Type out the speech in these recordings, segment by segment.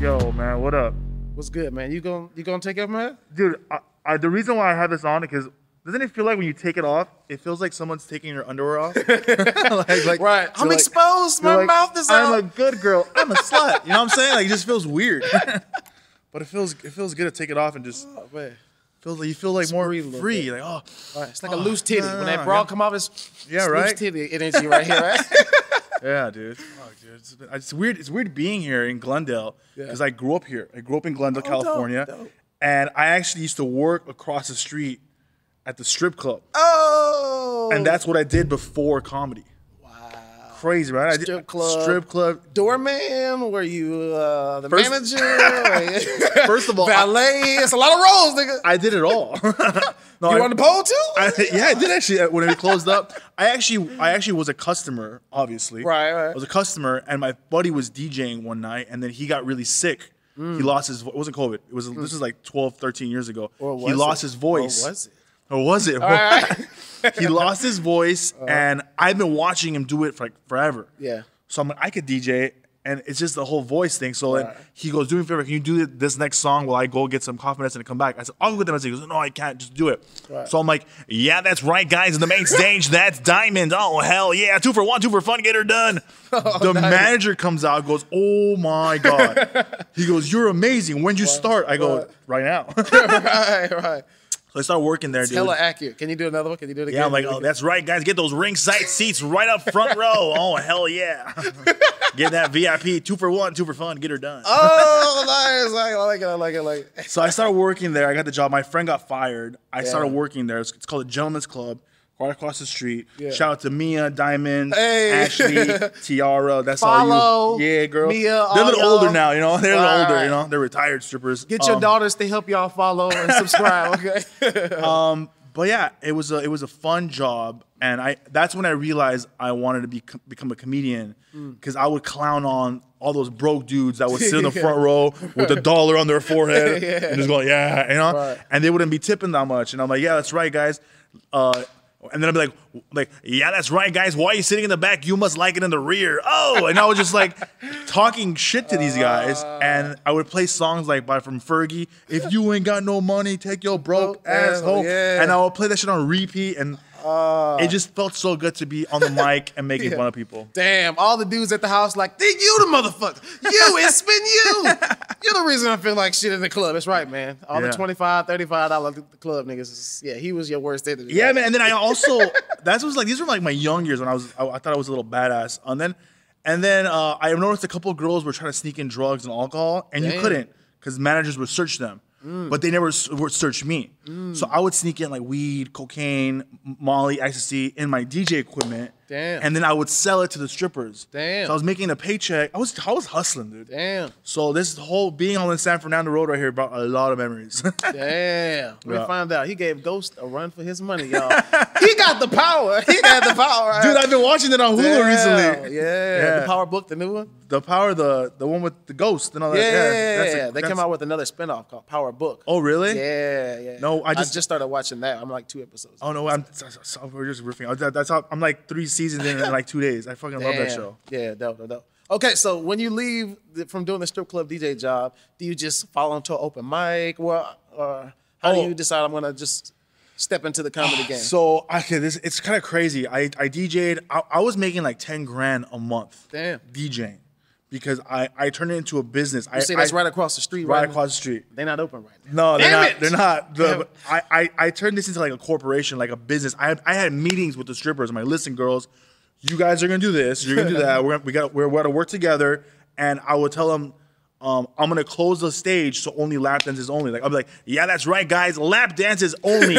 What up, What's good, man? You going you gonna take off my hat? dude? I, I, the reason why I have this on is because doesn't it feel like when you take it off, it feels like someone's taking your underwear off? like, like, Right. you're I'm like- exposed. you're My like, mouth is I'm out. a good girl. I'm a slut. You know what I'm saying? Like, it just feels weird. but it feels it feels good to take it off and just Oh, man. feels like you feel like It's more free a little free. Like, oh, All right, It's like a loose titty. no, no, when that no, bra yeah. come off, it's Yeah, it's right? Loose titty energy right here, right? Yeah, dude. Oh, Fuck, dude. It's, been- it's weird. It's weird being here in Glendale Yeah. Oh, because I grew up here. I grew up in Glendale, dope, California, dope. and I actually used to work across the street at the strip club, oh. and that's what I did before comedy. wow. Crazy, right? I did- Strip club. Strip club. Doorman? Were you uh, the First- manager? Were you- First of all, I, Valet? It's a lot of roles, nigga. I did it all. no, you I- on the pole too? I, yeah, I did actually. uh, When we closed up, I actually, I actually was a customer, obviously. Right, right. I was a customer, and my buddy was DJing one night, and then he got really sick. Mm. He lost his. vo- It wasn't COVID. It was. This is like 12, 13 years ago. Or he was lost it? his voice. Or was it? Or was it? right. he lost his voice, and I've been watching him do it for like forever. Uh-huh. Yeah. So I'm like, I could DJ, and it's just the whole voice thing. So then he goes, "Do me a favor, can you do this next song while I go get some coffee medicine and come back?" I said, "I'll go get the medicine." He goes, "No, I can't. Just do it." So I'm like, "Yeah, that's right, guys. In the main stage, that's Diamond. Oh hell yeah, two for one, two for fun. Get her done." Oh, the manager comes out, goes, "Oh my god." he goes, "You're amazing. When'd you start?" I go, "Right now." so right, right. I start working there, dude. Hella accurate. Can you do another one? Can you do it again? Yeah, I'm like, oh, that's right, guys. Get those ringside seats right up front row. Oh, hell yeah. Get that VIP. Two for one, two for fun. Get her done. Oh, nice. I like it. I like it. I like it. Uh, So I started working there. I got the job. My friend got fired. I started Yeah. working there. It's, it's called the Gentleman's Club. Right across the street. Yeah. Shout out to Mia, Diamond, Hey. Ashley, Tiara. That's all Follow you. Yeah, girl. Mia, They're a all little y'all. older now, you know. They're a little All older, right. you know. They're retired strippers. Get your Um, daughters to help y'all follow and subscribe. Okay. But yeah, it was a it was a fun job, and I that's when I realized I wanted to be, become a comedian because I would clown on all those broke dudes that would sit in the front row with a dollar on their forehead and just going yeah, you know, Right. and they wouldn't be tipping that much, and I'm like yeah, that's right, guys. Uh, and then I'd be like, like, yeah, that's right, guys. Why are you sitting in the back? You must like it in the rear. Oh, and I was just like talking shit to these guys, and I would play songs like by from Fergie, "If you ain't got no money, take your broke Broke ass ass, home," yeah. Ah. and I would play that shit on repeat, and it just felt so good to be on the mic and making fun of people. Damn, all the dudes at the house like, then you the motherfucker. You, it's been you. You're the reason I feel like shit in the club. That's right, man. All Yeah. the 25 $35 dollar th- club niggas. is- Yeah, he was your worst enemy. Yeah, man. And then I also that was like these were like my young years when I was I, I thought I was a little badass, and then and then uh, I noticed a couple of girls were trying to sneak in drugs and alcohol, and you Damn. Mm. couldn't because managers would search them, but they never s- would search me. So I would sneak in like weed, cocaine, m- Molly, ecstasy in my DJ equipment. Damn. And then I would sell it to the strippers. Damn. So I was making a paycheck. I was I was hustling, dude. Damn. So this whole being on the San Fernando Road right here brought a lot of memories. Damn. We Yeah. found out he gave Ghost a run for his money, y'all. he got the power. He got the power. right? Dude, I've been watching it on Hulu Damn. recently. Yeah. Yeah. The Power Book, the new one. The power, the the one with the ghost and all that. Yeah, Uh, that's a- they that's- came out with another spinoff called Power Book. Oh really? yeah, yeah. No, I just- just started watching that. I'm like two episodes. Oh no, I'm so- so- so- we're just riffing. I- that- That's how I'm like three seasons in, in like two days. I fucking love that Damn. show. Yeah, dope, dope, dope. Okay, so when you leave the, from doing the strip club DJ job, do you just fall into an open mic? Well, or how Oh. do you decide I'm gonna just step into the comedy game? So okay, this it's kind of crazy. I I DJ'd. I, I was making like ten grand a month. Damn. DJing, because I I turned it into a business. I you see, that's I- right across the street, right right? across the street. They're not open right now. No, they're Damn not. it! They're not. Damn The, it. I, I, I turned this into like a corporation, like a business. I had, I had meetings with the strippers. I'm like, listen, girls, you guys are gonna do this. You're gonna do that. We're gonna, we got we're, we're gonna work together. And I would tell them, um, I'm gonna close the stage so only lap dances only. Like I'm like, yeah, that's right, guys. Lap dances only.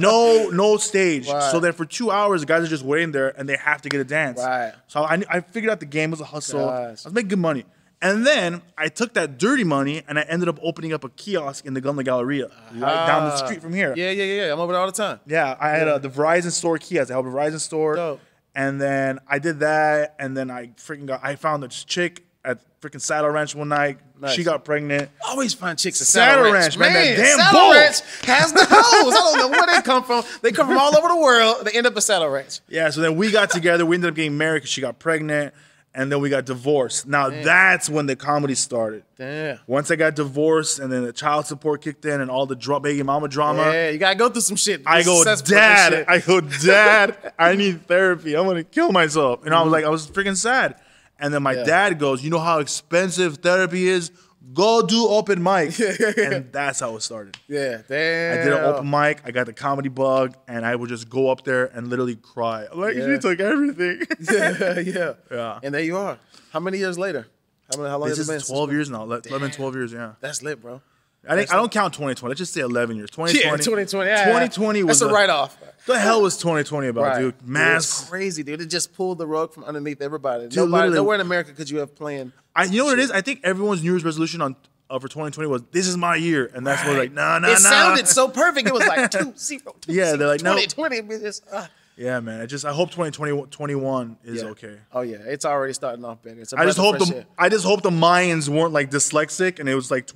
no, no stage. Right. So then for two hours, the guys are just waiting there and they have to get a dance. Right. So I, I figured out the game was a hustle. I Gosh. was making good money. And then I took that dirty money and I ended up opening up a kiosk in the Gunla Galleria right down the street from here. Ah. Yeah, yeah, yeah. yeah. I'm over there all the time. Yeah, I had uh, the Verizon store kiosk. I helped Verizon store. Dope. And then I did that. And then I freaking got, I found this chick at freaking Saddle Ranch one night. Nice. She got pregnant. Always find chicks at Saddle Saddle, Ranch, Ranch, man, that damn Saddle bull. Ranch has the hoes. I don't know where they come from. They come from all over the world. They end up at Saddle Ranch. Yeah, so then we got together. We ended up getting married because she got pregnant. and then we got divorced. Now that's when the comedy started. Damn. Once I got divorced, and then the child support kicked in, and all the dra- baby mama drama. Yeah, you gotta go through some shit. Uh-huh. I go, Success with this Dad, shit. I go, Dad, I need therapy. I'm gonna kill myself. And I Mm-hmm. was like, I was freaking sad. And then my dad goes, You know how expensive therapy is? Go do open mic. and that's how it started. yeah, damn. I did an open mic, I got the comedy bug, and I would just go up there and literally cry. I'm like, Yeah. you took everything. yeah, yeah, Yeah. And there you are. How many years later? How many? How long This has it been? is since- 12 years now, le- 11, 12 years, yeah. That's lit, bro. I, think, I don't count 2020. Let's just say 11 years. 2020. Yeah, 2020. Yeah, 2020 was Oh, that's a write off. The hell was 2020 about, dude? It's Mass crazy, dude. It just pulled the rug from underneath everybody. Nobody, literally- nowhere in America could you have planned. I, you know what it is? I think everyone's New Year's resolution on uh, for 2020 was this is my year, and that's what like nah nah nah. it sounded so perfect. It was like two zero. Two, Yeah, they're like, no. twenty twenty. Just, uh. yeah, man. I just I hope 2020 21 is Yeah. okay. Oh yeah, it's already starting off better. It's a I just hope breath of the fresh air. I just hope the Mayans weren't like dyslexic and it was like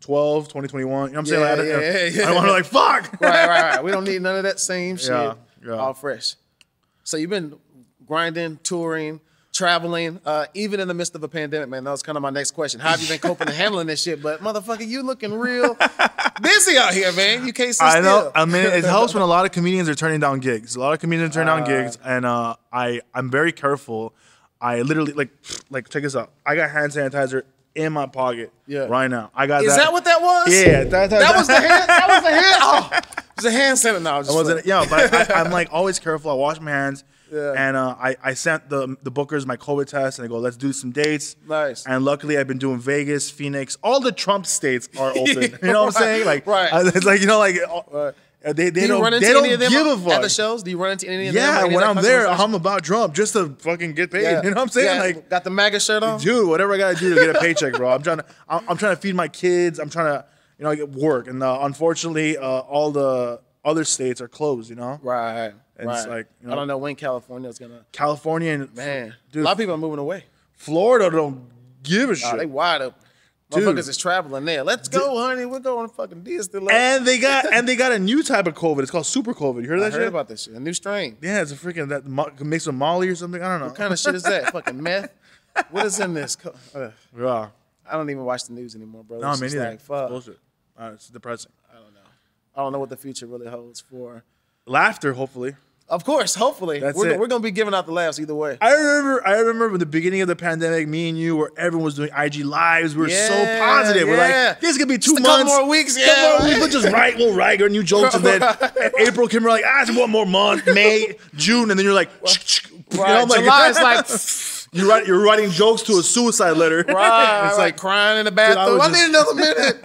2012 2021. You know what I'm saying? Like, I Yeah, don't- yeah, yeah, yeah. I don't want to like fuck. right, right, right. We don't need none of that same shit. Yeah, yeah. All fresh. So you've been grinding, touring, traveling, uh, even in the midst of a pandemic, man. That was kind of my next question. How have you been coping and handling this shit? But motherfucker, you looking real busy out here, man. You can't sit I know. still. I mean, it helps when a lot of comedians are turning down gigs. A lot of comedians turn down gigs, and uh, I I'm very careful. I literally like like check this out. I got hand sanitizer in my pocket Yeah. right now. I got. Is that what that was? Yeah, that, that, That was the hand. That was the hand. Oh, it was a hand sanitizer. No, I was just wasn't like- it? Yeah, but I, I'm like always careful. I wash my hands. Yeah. And uh, I, I sent the the bookers my COVID test, and I go, let's do some dates. Nice. And luckily, I've been doing Vegas, Phoenix. All the Trump states are open. you know what I'm saying? Like, Right. I- it's like you know, like uh, they they Do you don't, run into they don't any of them give a fuck. at the shows? Do you run into any of them? Yeah, Any of when that I'm there, customers? I'm about Trump just to fucking get paid. Yeah. You know what I'm saying? Yeah, Like, got the MAGA shirt on. dude, whatever I gotta do to get a paycheck, bro. I'm trying to, I'm, I'm trying to feed my kids. I'm trying to, you know, get work. And uh, unfortunately, uh, all the other states are closed. You know, Right. And right. it's like, you I know- don't know when California's gonna. California and Man, dude, a lot of people are moving away. Florida don't give a Nah, shit. Oh, they wide open. Dude. Motherfuckers is traveling there. Let's go, honey. We're going to fucking Disney. and they got and they got a new type of COVID. It's called super COVID. You heard I that heard shit? about this shit. A new strain. yeah, it's a freaking that mo- mixed with Molly or something. I don't know. What kind of shit is that? fucking meth. What is in this? Co- Ugh. yeah. I don't even watch the news anymore, bro. No, It's man, just neither. like, It's fuck. bullshit. Uh, it's depressing. I don't know what the future really holds for. Laughter, hopefully. Of course, hopefully, That's we're, it. we're gonna be giving out the laughs either way. I remember, I remember when the beginning of the pandemic, me and you, where everyone was doing IG lives, we were Yeah, so positive. We're yeah. like, this could be two Just a couple months, more weeks, couple yeah, more right? weeks. We'll just write, we'll write our new jokes, and then April came, we're like, ah, it's one more month, May, June, and then you're like, you know, Right, I'm like, July is like, you write, you're writing jokes to a suicide letter. right, it's like, crying in the I bathroom. was I, just- need another minute.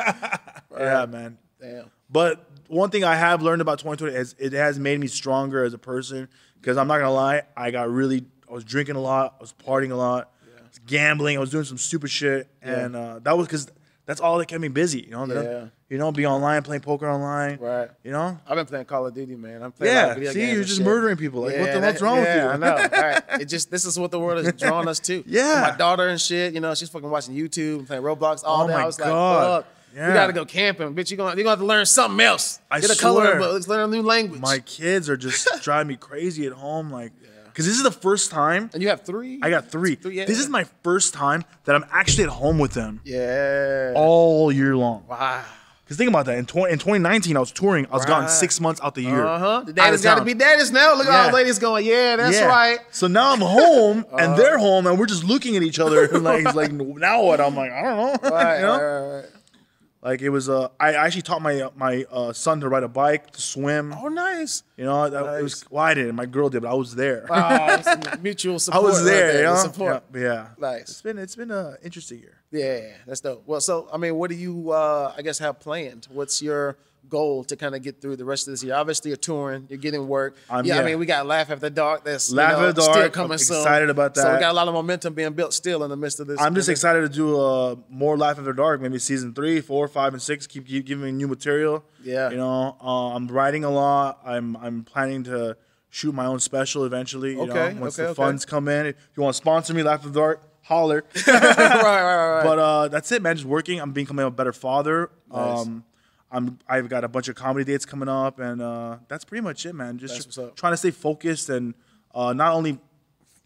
yeah, man. Damn. But one thing I have learned about 2020 is it has made me stronger as a person. Because I'm not gonna lie, I got really, I was drinking a lot, I was partying a lot, I was gambling, I was doing some stupid shit, and uh, that was because that's all that kept me busy. You know, Yeah. you know, be online playing poker online, Right. You know, I've been playing Call of Duty, man. I'm playing. a lot of yeah. video See, games you're and just shit. murdering people. Like, what the Yeah, hell's wrong yeah, with you? I know. Right. It just this is what the world has drawn us to. Yeah. My daughter and shit, you know, she's fucking watching YouTube and playing Roblox all Oh day. my I was God. like, fuck, we Yeah. gotta go camping. Bitch, you're gonna you're gonna have to learn something else. I Get a coloring swear. book, let's learn a new language. My kids are just driving me crazy at home, like, because this is the first time and you have three? I got three. Three, yeah. This is my first time that I'm actually at home with them Yeah. all year long. wow. Because think about that. In, 20, in 2019, I was touring. I was gone Right. six months out the year. Uh-huh. The Out of daddy's gotta town. be daddy's now. Look at all Yeah. the ladies going, yeah, that's Yeah. right. Uh-huh. So now I'm home and they're home and we're just looking at each other and like, it's like now what? I'm like I don't know. Right, you know? right, right, right. Like it was. Uh, I actually taught my uh, my uh, son to ride a bike, to swim. Oh nice. You know, that, it was. Well, I didn't. My girl did, but I was there. Wow, it's mutual I support. was right there. the you know? Support. Yeah, yeah. Nice. It's been it's been an interesting year. Yeah, that's dope. Well, so I mean, what do you, uh, I guess, have planned? What's your goal to kind of get through the rest of this year? Obviously, you're touring, you're getting work. Um, yeah, I yeah. mean, we got Laugh After Dark. That's you Laugh After know, still Dark, coming I'm soon. excited about So we that. got a lot of momentum being built still in the midst of this. I'm just this- excited to do uh, more Life After Dark, maybe season three, four, five, and six. Keep, keep giving me new material. Yeah. you know, uh, I'm writing a lot. I'm I'm planning to shoot my own special eventually. You Okay, know, once okay, the okay. funds come in. If you want to sponsor me, Life After Dark, holler. right, right, right, right. But uh, that's it, man. Just working. I'm becoming a better father. Nice. Um, I'm I've got a bunch of comedy dates coming up, and uh, that's pretty much it, man. Just That's what's up. trying to stay focused and uh, not only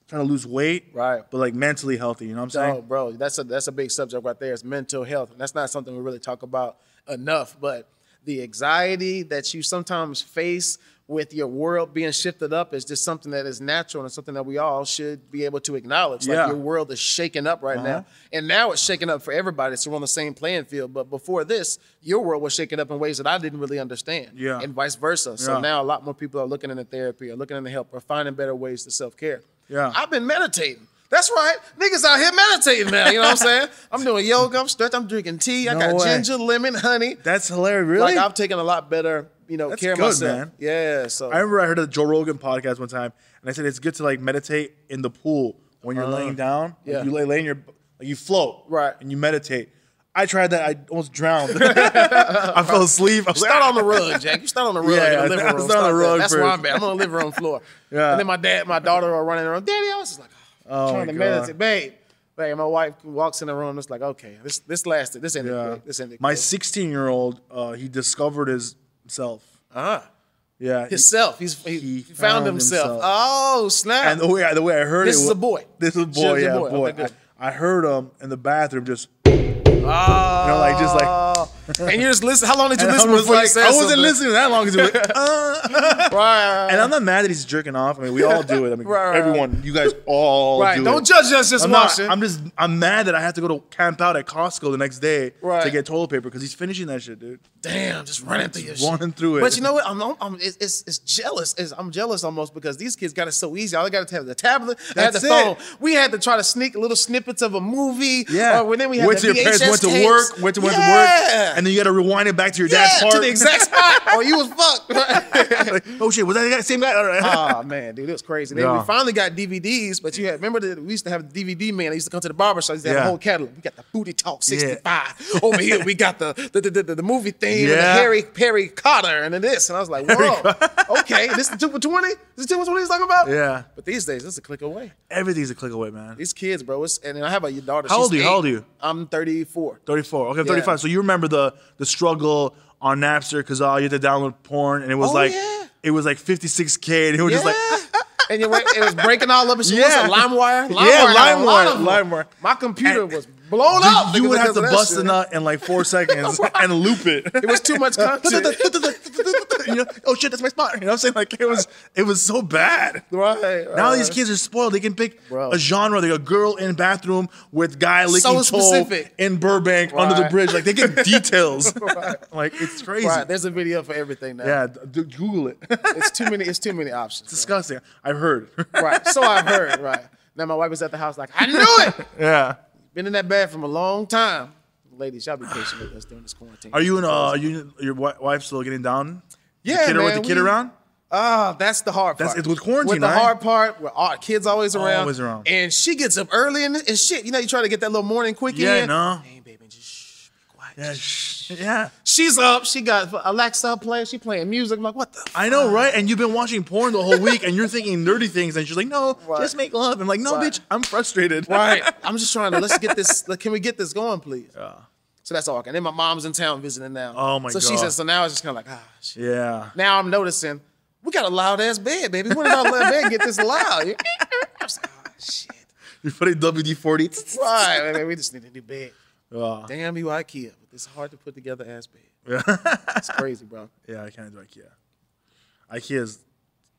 trying to lose weight, Right. But like mentally healthy, you know what I'm Oh, saying? bro, that's a that's a big subject right there. It's mental health, and that's not something we really talk about enough. But the anxiety that you sometimes face with your world being shifted up is just something that is natural and something that we all should be able to acknowledge. Like Yeah. Uh-huh. your world is shaken up right now, and now it's shaken up for everybody, so we're on the same playing field. But before this, your world was shaken up in ways that I didn't really understand, Yeah. and vice versa. So Yeah. now a lot more people are looking into therapy, are looking into help, are finding better ways to self care. Yeah. I've been meditating. That's right. Niggas out here meditating now. You know what I'm saying? I'm doing yoga, I'm stretching, I'm drinking tea. I No got way. ginger, lemon, honey. That's hilarious. Really? Like I've taken a lot better, you know, That's care of good, myself. man. Yeah. So I remember I heard a Joe Rogan podcast one time, and I said it's good to like meditate in the pool when you're laying down. Like, Uh, yeah. you lay, lay in your, like, you float, Right. And you meditate. I tried that. I almost drowned. I fell asleep. I was like, start on the rug, Jack. You start on the rug Yeah, in the living I room. was on the Stop that. rug That's where first. I'm at. I'm on the living room floor. Yeah. And then my dad, my daughter are running around. Daddy, I was just like, oh, Oh, trying to my God. meditate. Babe. Babe, my wife walks in the room. It's like, okay, this this lasted. This ended Yeah. quick. This ended My quick. 16 year old, uh, he discovered his self. Ah. Yeah. he- Himself. He's, he, He found, found himself. himself. Oh, snap. and the way I, the way I heard This it, is wa- a boy. This is a This boy. is a Yeah, boy. boy. Okay, good. I, I heard him in the bathroom just. Oh. know, like, just like- and you're just listening. How long did you And listen I was before you like, said I wasn't something? listening that long. 'cause it was like, uh. Right, Right, right, and I'm not mad that he's jerking off. I mean, we all do it. I mean, Right, right, everyone, you guys all right. do Don't it. judge us just I'm not, watching. I'm just I'm mad that I have to go to camp out at Costco the next day Right. Oh, to get toilet paper because he's finishing that shit, dude. Damn, just running through your shit. running through it. But you know what? I'm, I'm, I'm it's, it's it's jealous. It's, I'm jealous almost because these kids got it so easy. All they got to have the tablet, they had the That's phone. it. We had to try to sneak little snippets of a movie. Yeah. Or when then we had went the to your parents, VHS went to tapes. work, went to went to Yeah. work, and then you got to rewind it back to your dad's yeah, part. to the exact spot, or you was fucked. like, oh shit, was that the guy- same guy? All right. oh man, dude, it was crazy. Then we Yeah. finally got DVDs, but you had remember that we used to have the DVD man. I used to come to the barber shop. He used to have Yeah. a whole catalog. We got the Booty Talk '65 over here. We got the the, the, the, the movie theme and the Yeah. Harry Perry Cotter and then this. And I was like, whoa, okay, this is two for twenty. This is two for twenty. He's talking about. Yeah. But these days, it's a click away. Everything's a click away, man. These kids, bro. It's, and I have a daughter. How she's old are you? How eight. old are you? I'm 34. 34. Okay, 35. So you remember the the struggle on Napster because all you had to download porn and it was Oh, like yeah. it was like 56k and it was just like and you went, it was breaking all up and shit. Yeah. Yeah. LimeWire? LimeWire. Yeah, had a lot LimeWire, of them. LimeWire. My computer And- was blown dude, up. you would have because to of that bust shit. a nut in like four seconds and loop it. It was too much content. you know, oh shit, that's my spot. You know what I'm saying? Like it was it was so bad. right. Now right. these kids are spoiled. They can pick Bro. a genre. They a girl in bathroom with guy licking toe specific. in Burbank under the Right. bridge. Like they get details. like it's crazy. Right, there's a video for everything now. Yeah, d- d- Google it. It's too many, it's too many options. Disgusting. I've heard. right. So I've heard, right. Now my wife is at the house like, I knew it. yeah. Been in that bathroom a long time. Ladies, y'all be patient with us during this quarantine. Are you and uh, are you your wi- wife still getting down? the Yeah, kid, With man, the kid we- around? Ah, that's the hard That's- part. it's with quarantine, With the right? hard part, where our kids always around. Always around. And she gets up early and, and shit. You know, you try to get that little morning quickie. Yeah, in. no. Hey, baby, just shh, be quiet. Yeah. sh- yeah. She's up. She got Alexa playing. She playing music. I'm like, what the? F-? I know, Um, right? And you've been watching porn the whole week, and you're thinking nerdy things, and she's like, "No, Right. just make love." I'm like, "No, Right. bitch, I'm frustrated." I'm just trying to let's get this. Like, can we get this going, please? So that's all. And then my mom's in town visiting now. Oh, my So she God. says. So now it's just kind of like, ah, shit. yeah. Now I'm noticing we got a loud ass bed, baby. When did our loud bed get this loud? I'm just like, ah, shit. You're putting WD forty. Right, man, man, we just need a new bed. Damn you, IKEA. But it's hard to put together ass bed. it's crazy, bro. Yeah, I can't do IKEA. IKEA's,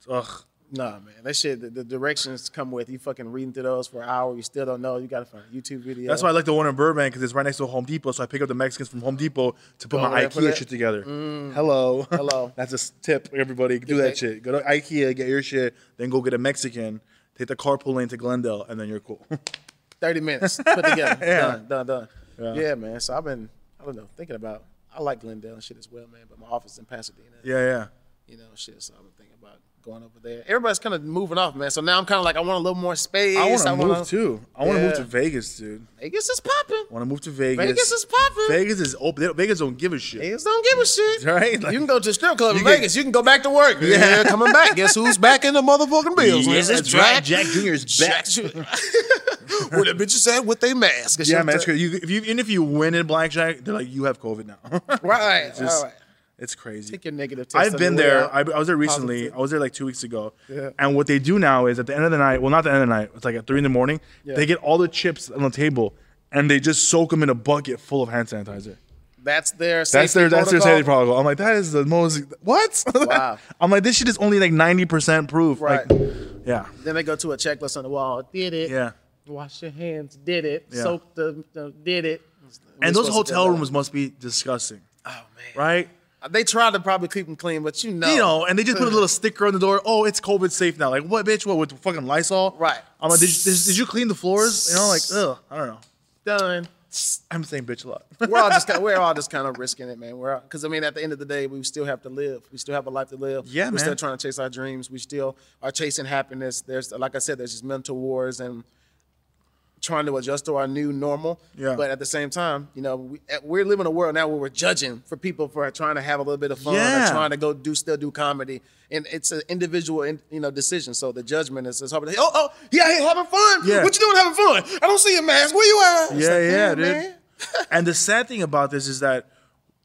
ugh. Nah, man, that shit. The, the directions come with you. Fucking reading through those for an hour. You still don't know. You gotta find a YouTube video. That's why I like the one in Burbank because it's right next to Home Depot. So I pick up the Mexicans from Home Depot to put Go my there, put IKEA it- shit together. Hello, Hello. That's a s- tip, everybody. Do that- that shit. Go to IKEA, get your shit, then go get a Mexican. Take the carpool lane to Glendale, and then you're cool. Thirty minutes put together. Yeah. Done, done, done. Yeah. man. So I've been, I don't know, thinking about. I like Glendale and shit as well, man. But my office in Pasadena. yeah, yeah. You know, shit. So I've been thinking about going over there. Everybody's kind of moving off, man. So now I'm kind of like, I want a little more space. I want to wanna- move too. I want to move Yeah. to Vegas, dude. Vegas is popping. I want to move to Vegas. Vegas is popping. Vegas is open. They don't- Vegas don't give a shit. Niggas don't give a shit. Right? Like- you can go to the strip club in You get- Vegas. You can go back to work. Yeah. coming back. Guess who's back in the motherfucking bills? Yeah, This is that's right. Jack Jr. is back. Where the bitches at with their mask. and Yeah, shit. man. It's crazy. You, if you, even if you win in blackjack, they're like, you have COVID now. Right. Just- all right. It's crazy. Take your negative test. I've been there. I, I was there recently. I was there like two weeks ago. Yeah. And what they do now is at the end of the night, well, not the end of the night, it's like at three in the morning, they get all the chips on the table and they just soak them in a bucket full of hand sanitizer. that's their. Safety That's their that's their protocol. safety protocol. I'm like, that is the most what? Wow. I'm like, this shit is only like 90% proof. Right. Like, yeah. Then they go to a checklist on the wall. Did it? Yeah. Wash your hands. Did it? Yeah. Soak the, the. Did it? We're And those supposed to do hotel that. rooms must be disgusting, Oh man. right? They tried to probably keep them clean, but you know. You know, and they just put a little sticker on the door. Oh, it's COVID safe now. Like, what, bitch? What with fucking Lysol? Right. I'm like, did you, did, did you clean the floors? You know, like, ugh, I don't know. done. I'm saying bitch a lot. we're all just kind we're all just kind of risking it, man. We're because I mean, at the end of the day, we still have to live. We still have a life to live. Yeah, we're man. still trying to chase our dreams. We still are chasing happiness. There's like I said, there's just mental wars and trying to adjust to our new normal. Yeah. But at the same time, you know, we, eh, we're living in a world now where we're judging for people for trying to have a little bit of fun Yeah. or trying to go do still do comedy, and it's an individual, in- you know, decision. So the judgment is, is hard. Oh, oh, yeah, hey, having fun. Yeah. What you doing having fun? I don't see a mask. Where you at? It's yeah, like, yeah, dude. man. and the sad thing about this is that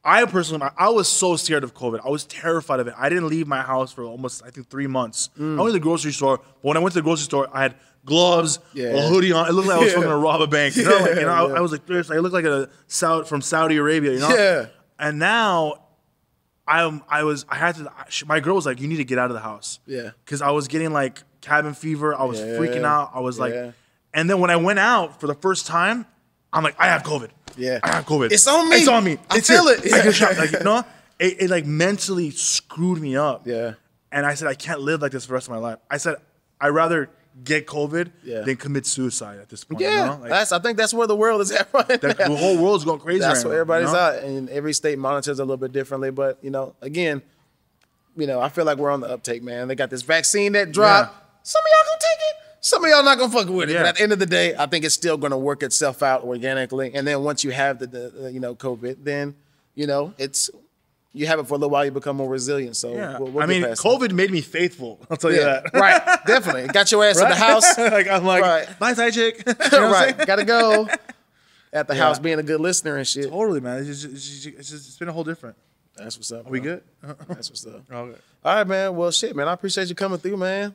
I personally, I was so scared of COVID. I was terrified of it. I didn't leave my house for almost, I think, three months. Mm. I went to the grocery store, but when I went to the grocery store, I had gloves, a Yeah. hoodie on. It looked like I was Yeah. going to rob a bank. You know, like, you know, I- Yeah. I, was like, seriously, I looked like a Saudi from Saudi Arabia. You know, Yeah. And now, I'm, I was, I had to. she- My girl was like, you need to get out of the house. Yeah. Because I was getting like cabin fever. I was Yeah. freaking out. I was Yeah. like, and then when I went out for the first time, I'm like, I have COVID. Yeah. I have COVID. It's on me. It's on me. I It's feel it. I get shot. Like, you know, it, it like mentally screwed me up. Yeah. And I said, I can't live like this for the rest of my life. I said, I'd rather get COVID Yeah. than commit suicide at this point. Yeah, You know? Like, that's. I think that's where the world is at right that- now. the whole world's going crazy. right that's where now, everybody's you know? at, and every state monitors a little bit differently. But you know, again, you know, I feel like we're on the uptake, man. They got this vaccine that dropped. Yeah. Some of y'all gonna take it. Some of y'all not gonna fuck with it. Yeah. But at the end of the day, I think it's still gonna work itself out organically. And then once you have the, the, the you know COVID, then you know it's you have it for a little while. You become more resilient. So Yeah. we'll, we'll I get mean, past COVID made me faithful. I'll tell that. you Yeah, that. right. Definitely got your ass in the house. like, I'm like, Right. bye, side chick. You know what I'm saying? right. Gotta go. At the house, being a good listener and shit. Totally, man. It's just, it's just, it's just- it's been a whole different. That's what's up. We good? Uh-huh. That's what's up. All Okay. right, man. Well, shit, man. I appreciate you coming through, man.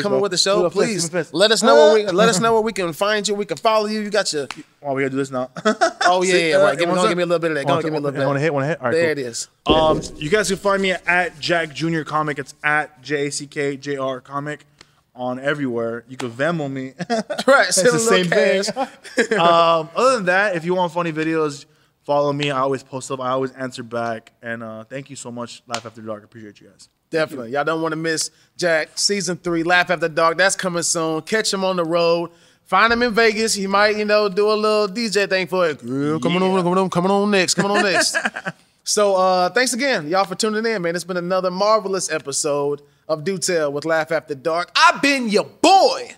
coming bro. with the show, Ooh, a fist, please. a fist. Let us know where we let us know where we can find you. We can follow you. You got your. Oh, we gotta do this now. Oh yeah, yeah. Uh, Right. Give, me- one go sec. give me a little bit of that. Go One on, give me a sec. little bit. Wanna hit? Wanna hit? All right, there cool. it is. Um, you guys can find me at Jack Junior Comic. It's at J A C K J R Comic on everywhere. You can Venmo me. Right. Send it's the a same little cash. thing. um, other than that, if you want funny videos, follow me. I always post up. I always answer back. And uh, thank you so much, Life After Dark. Appreciate you guys. Definitely. Y'all don't want to miss Jack season three, Laugh After Dark. That's coming soon. Catch him on the road. Find him in Vegas. He might, you know, do a little DJ thing for it. Girl, coming on, coming on, coming on next, coming on next. so uh thanks again, y'all, for tuning in, man. It's been another marvelous episode of Do Tell with Laugh After Dark. I've been your boy,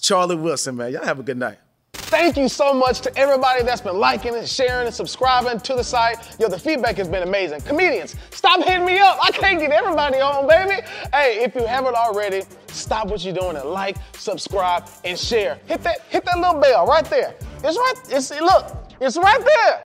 Charlie Wilson, man. Y'all have a good night. Thank you so much to everybody that's been liking and sharing and subscribing to the site. Yo, the feedback has been amazing. Comedians, stop hitting me up. I can't get everybody on, baby. Hey, if you haven't already, stop what you're doing and like, subscribe, and share. Hit that, hit that little bell right there. It's right, it's look, it's right there.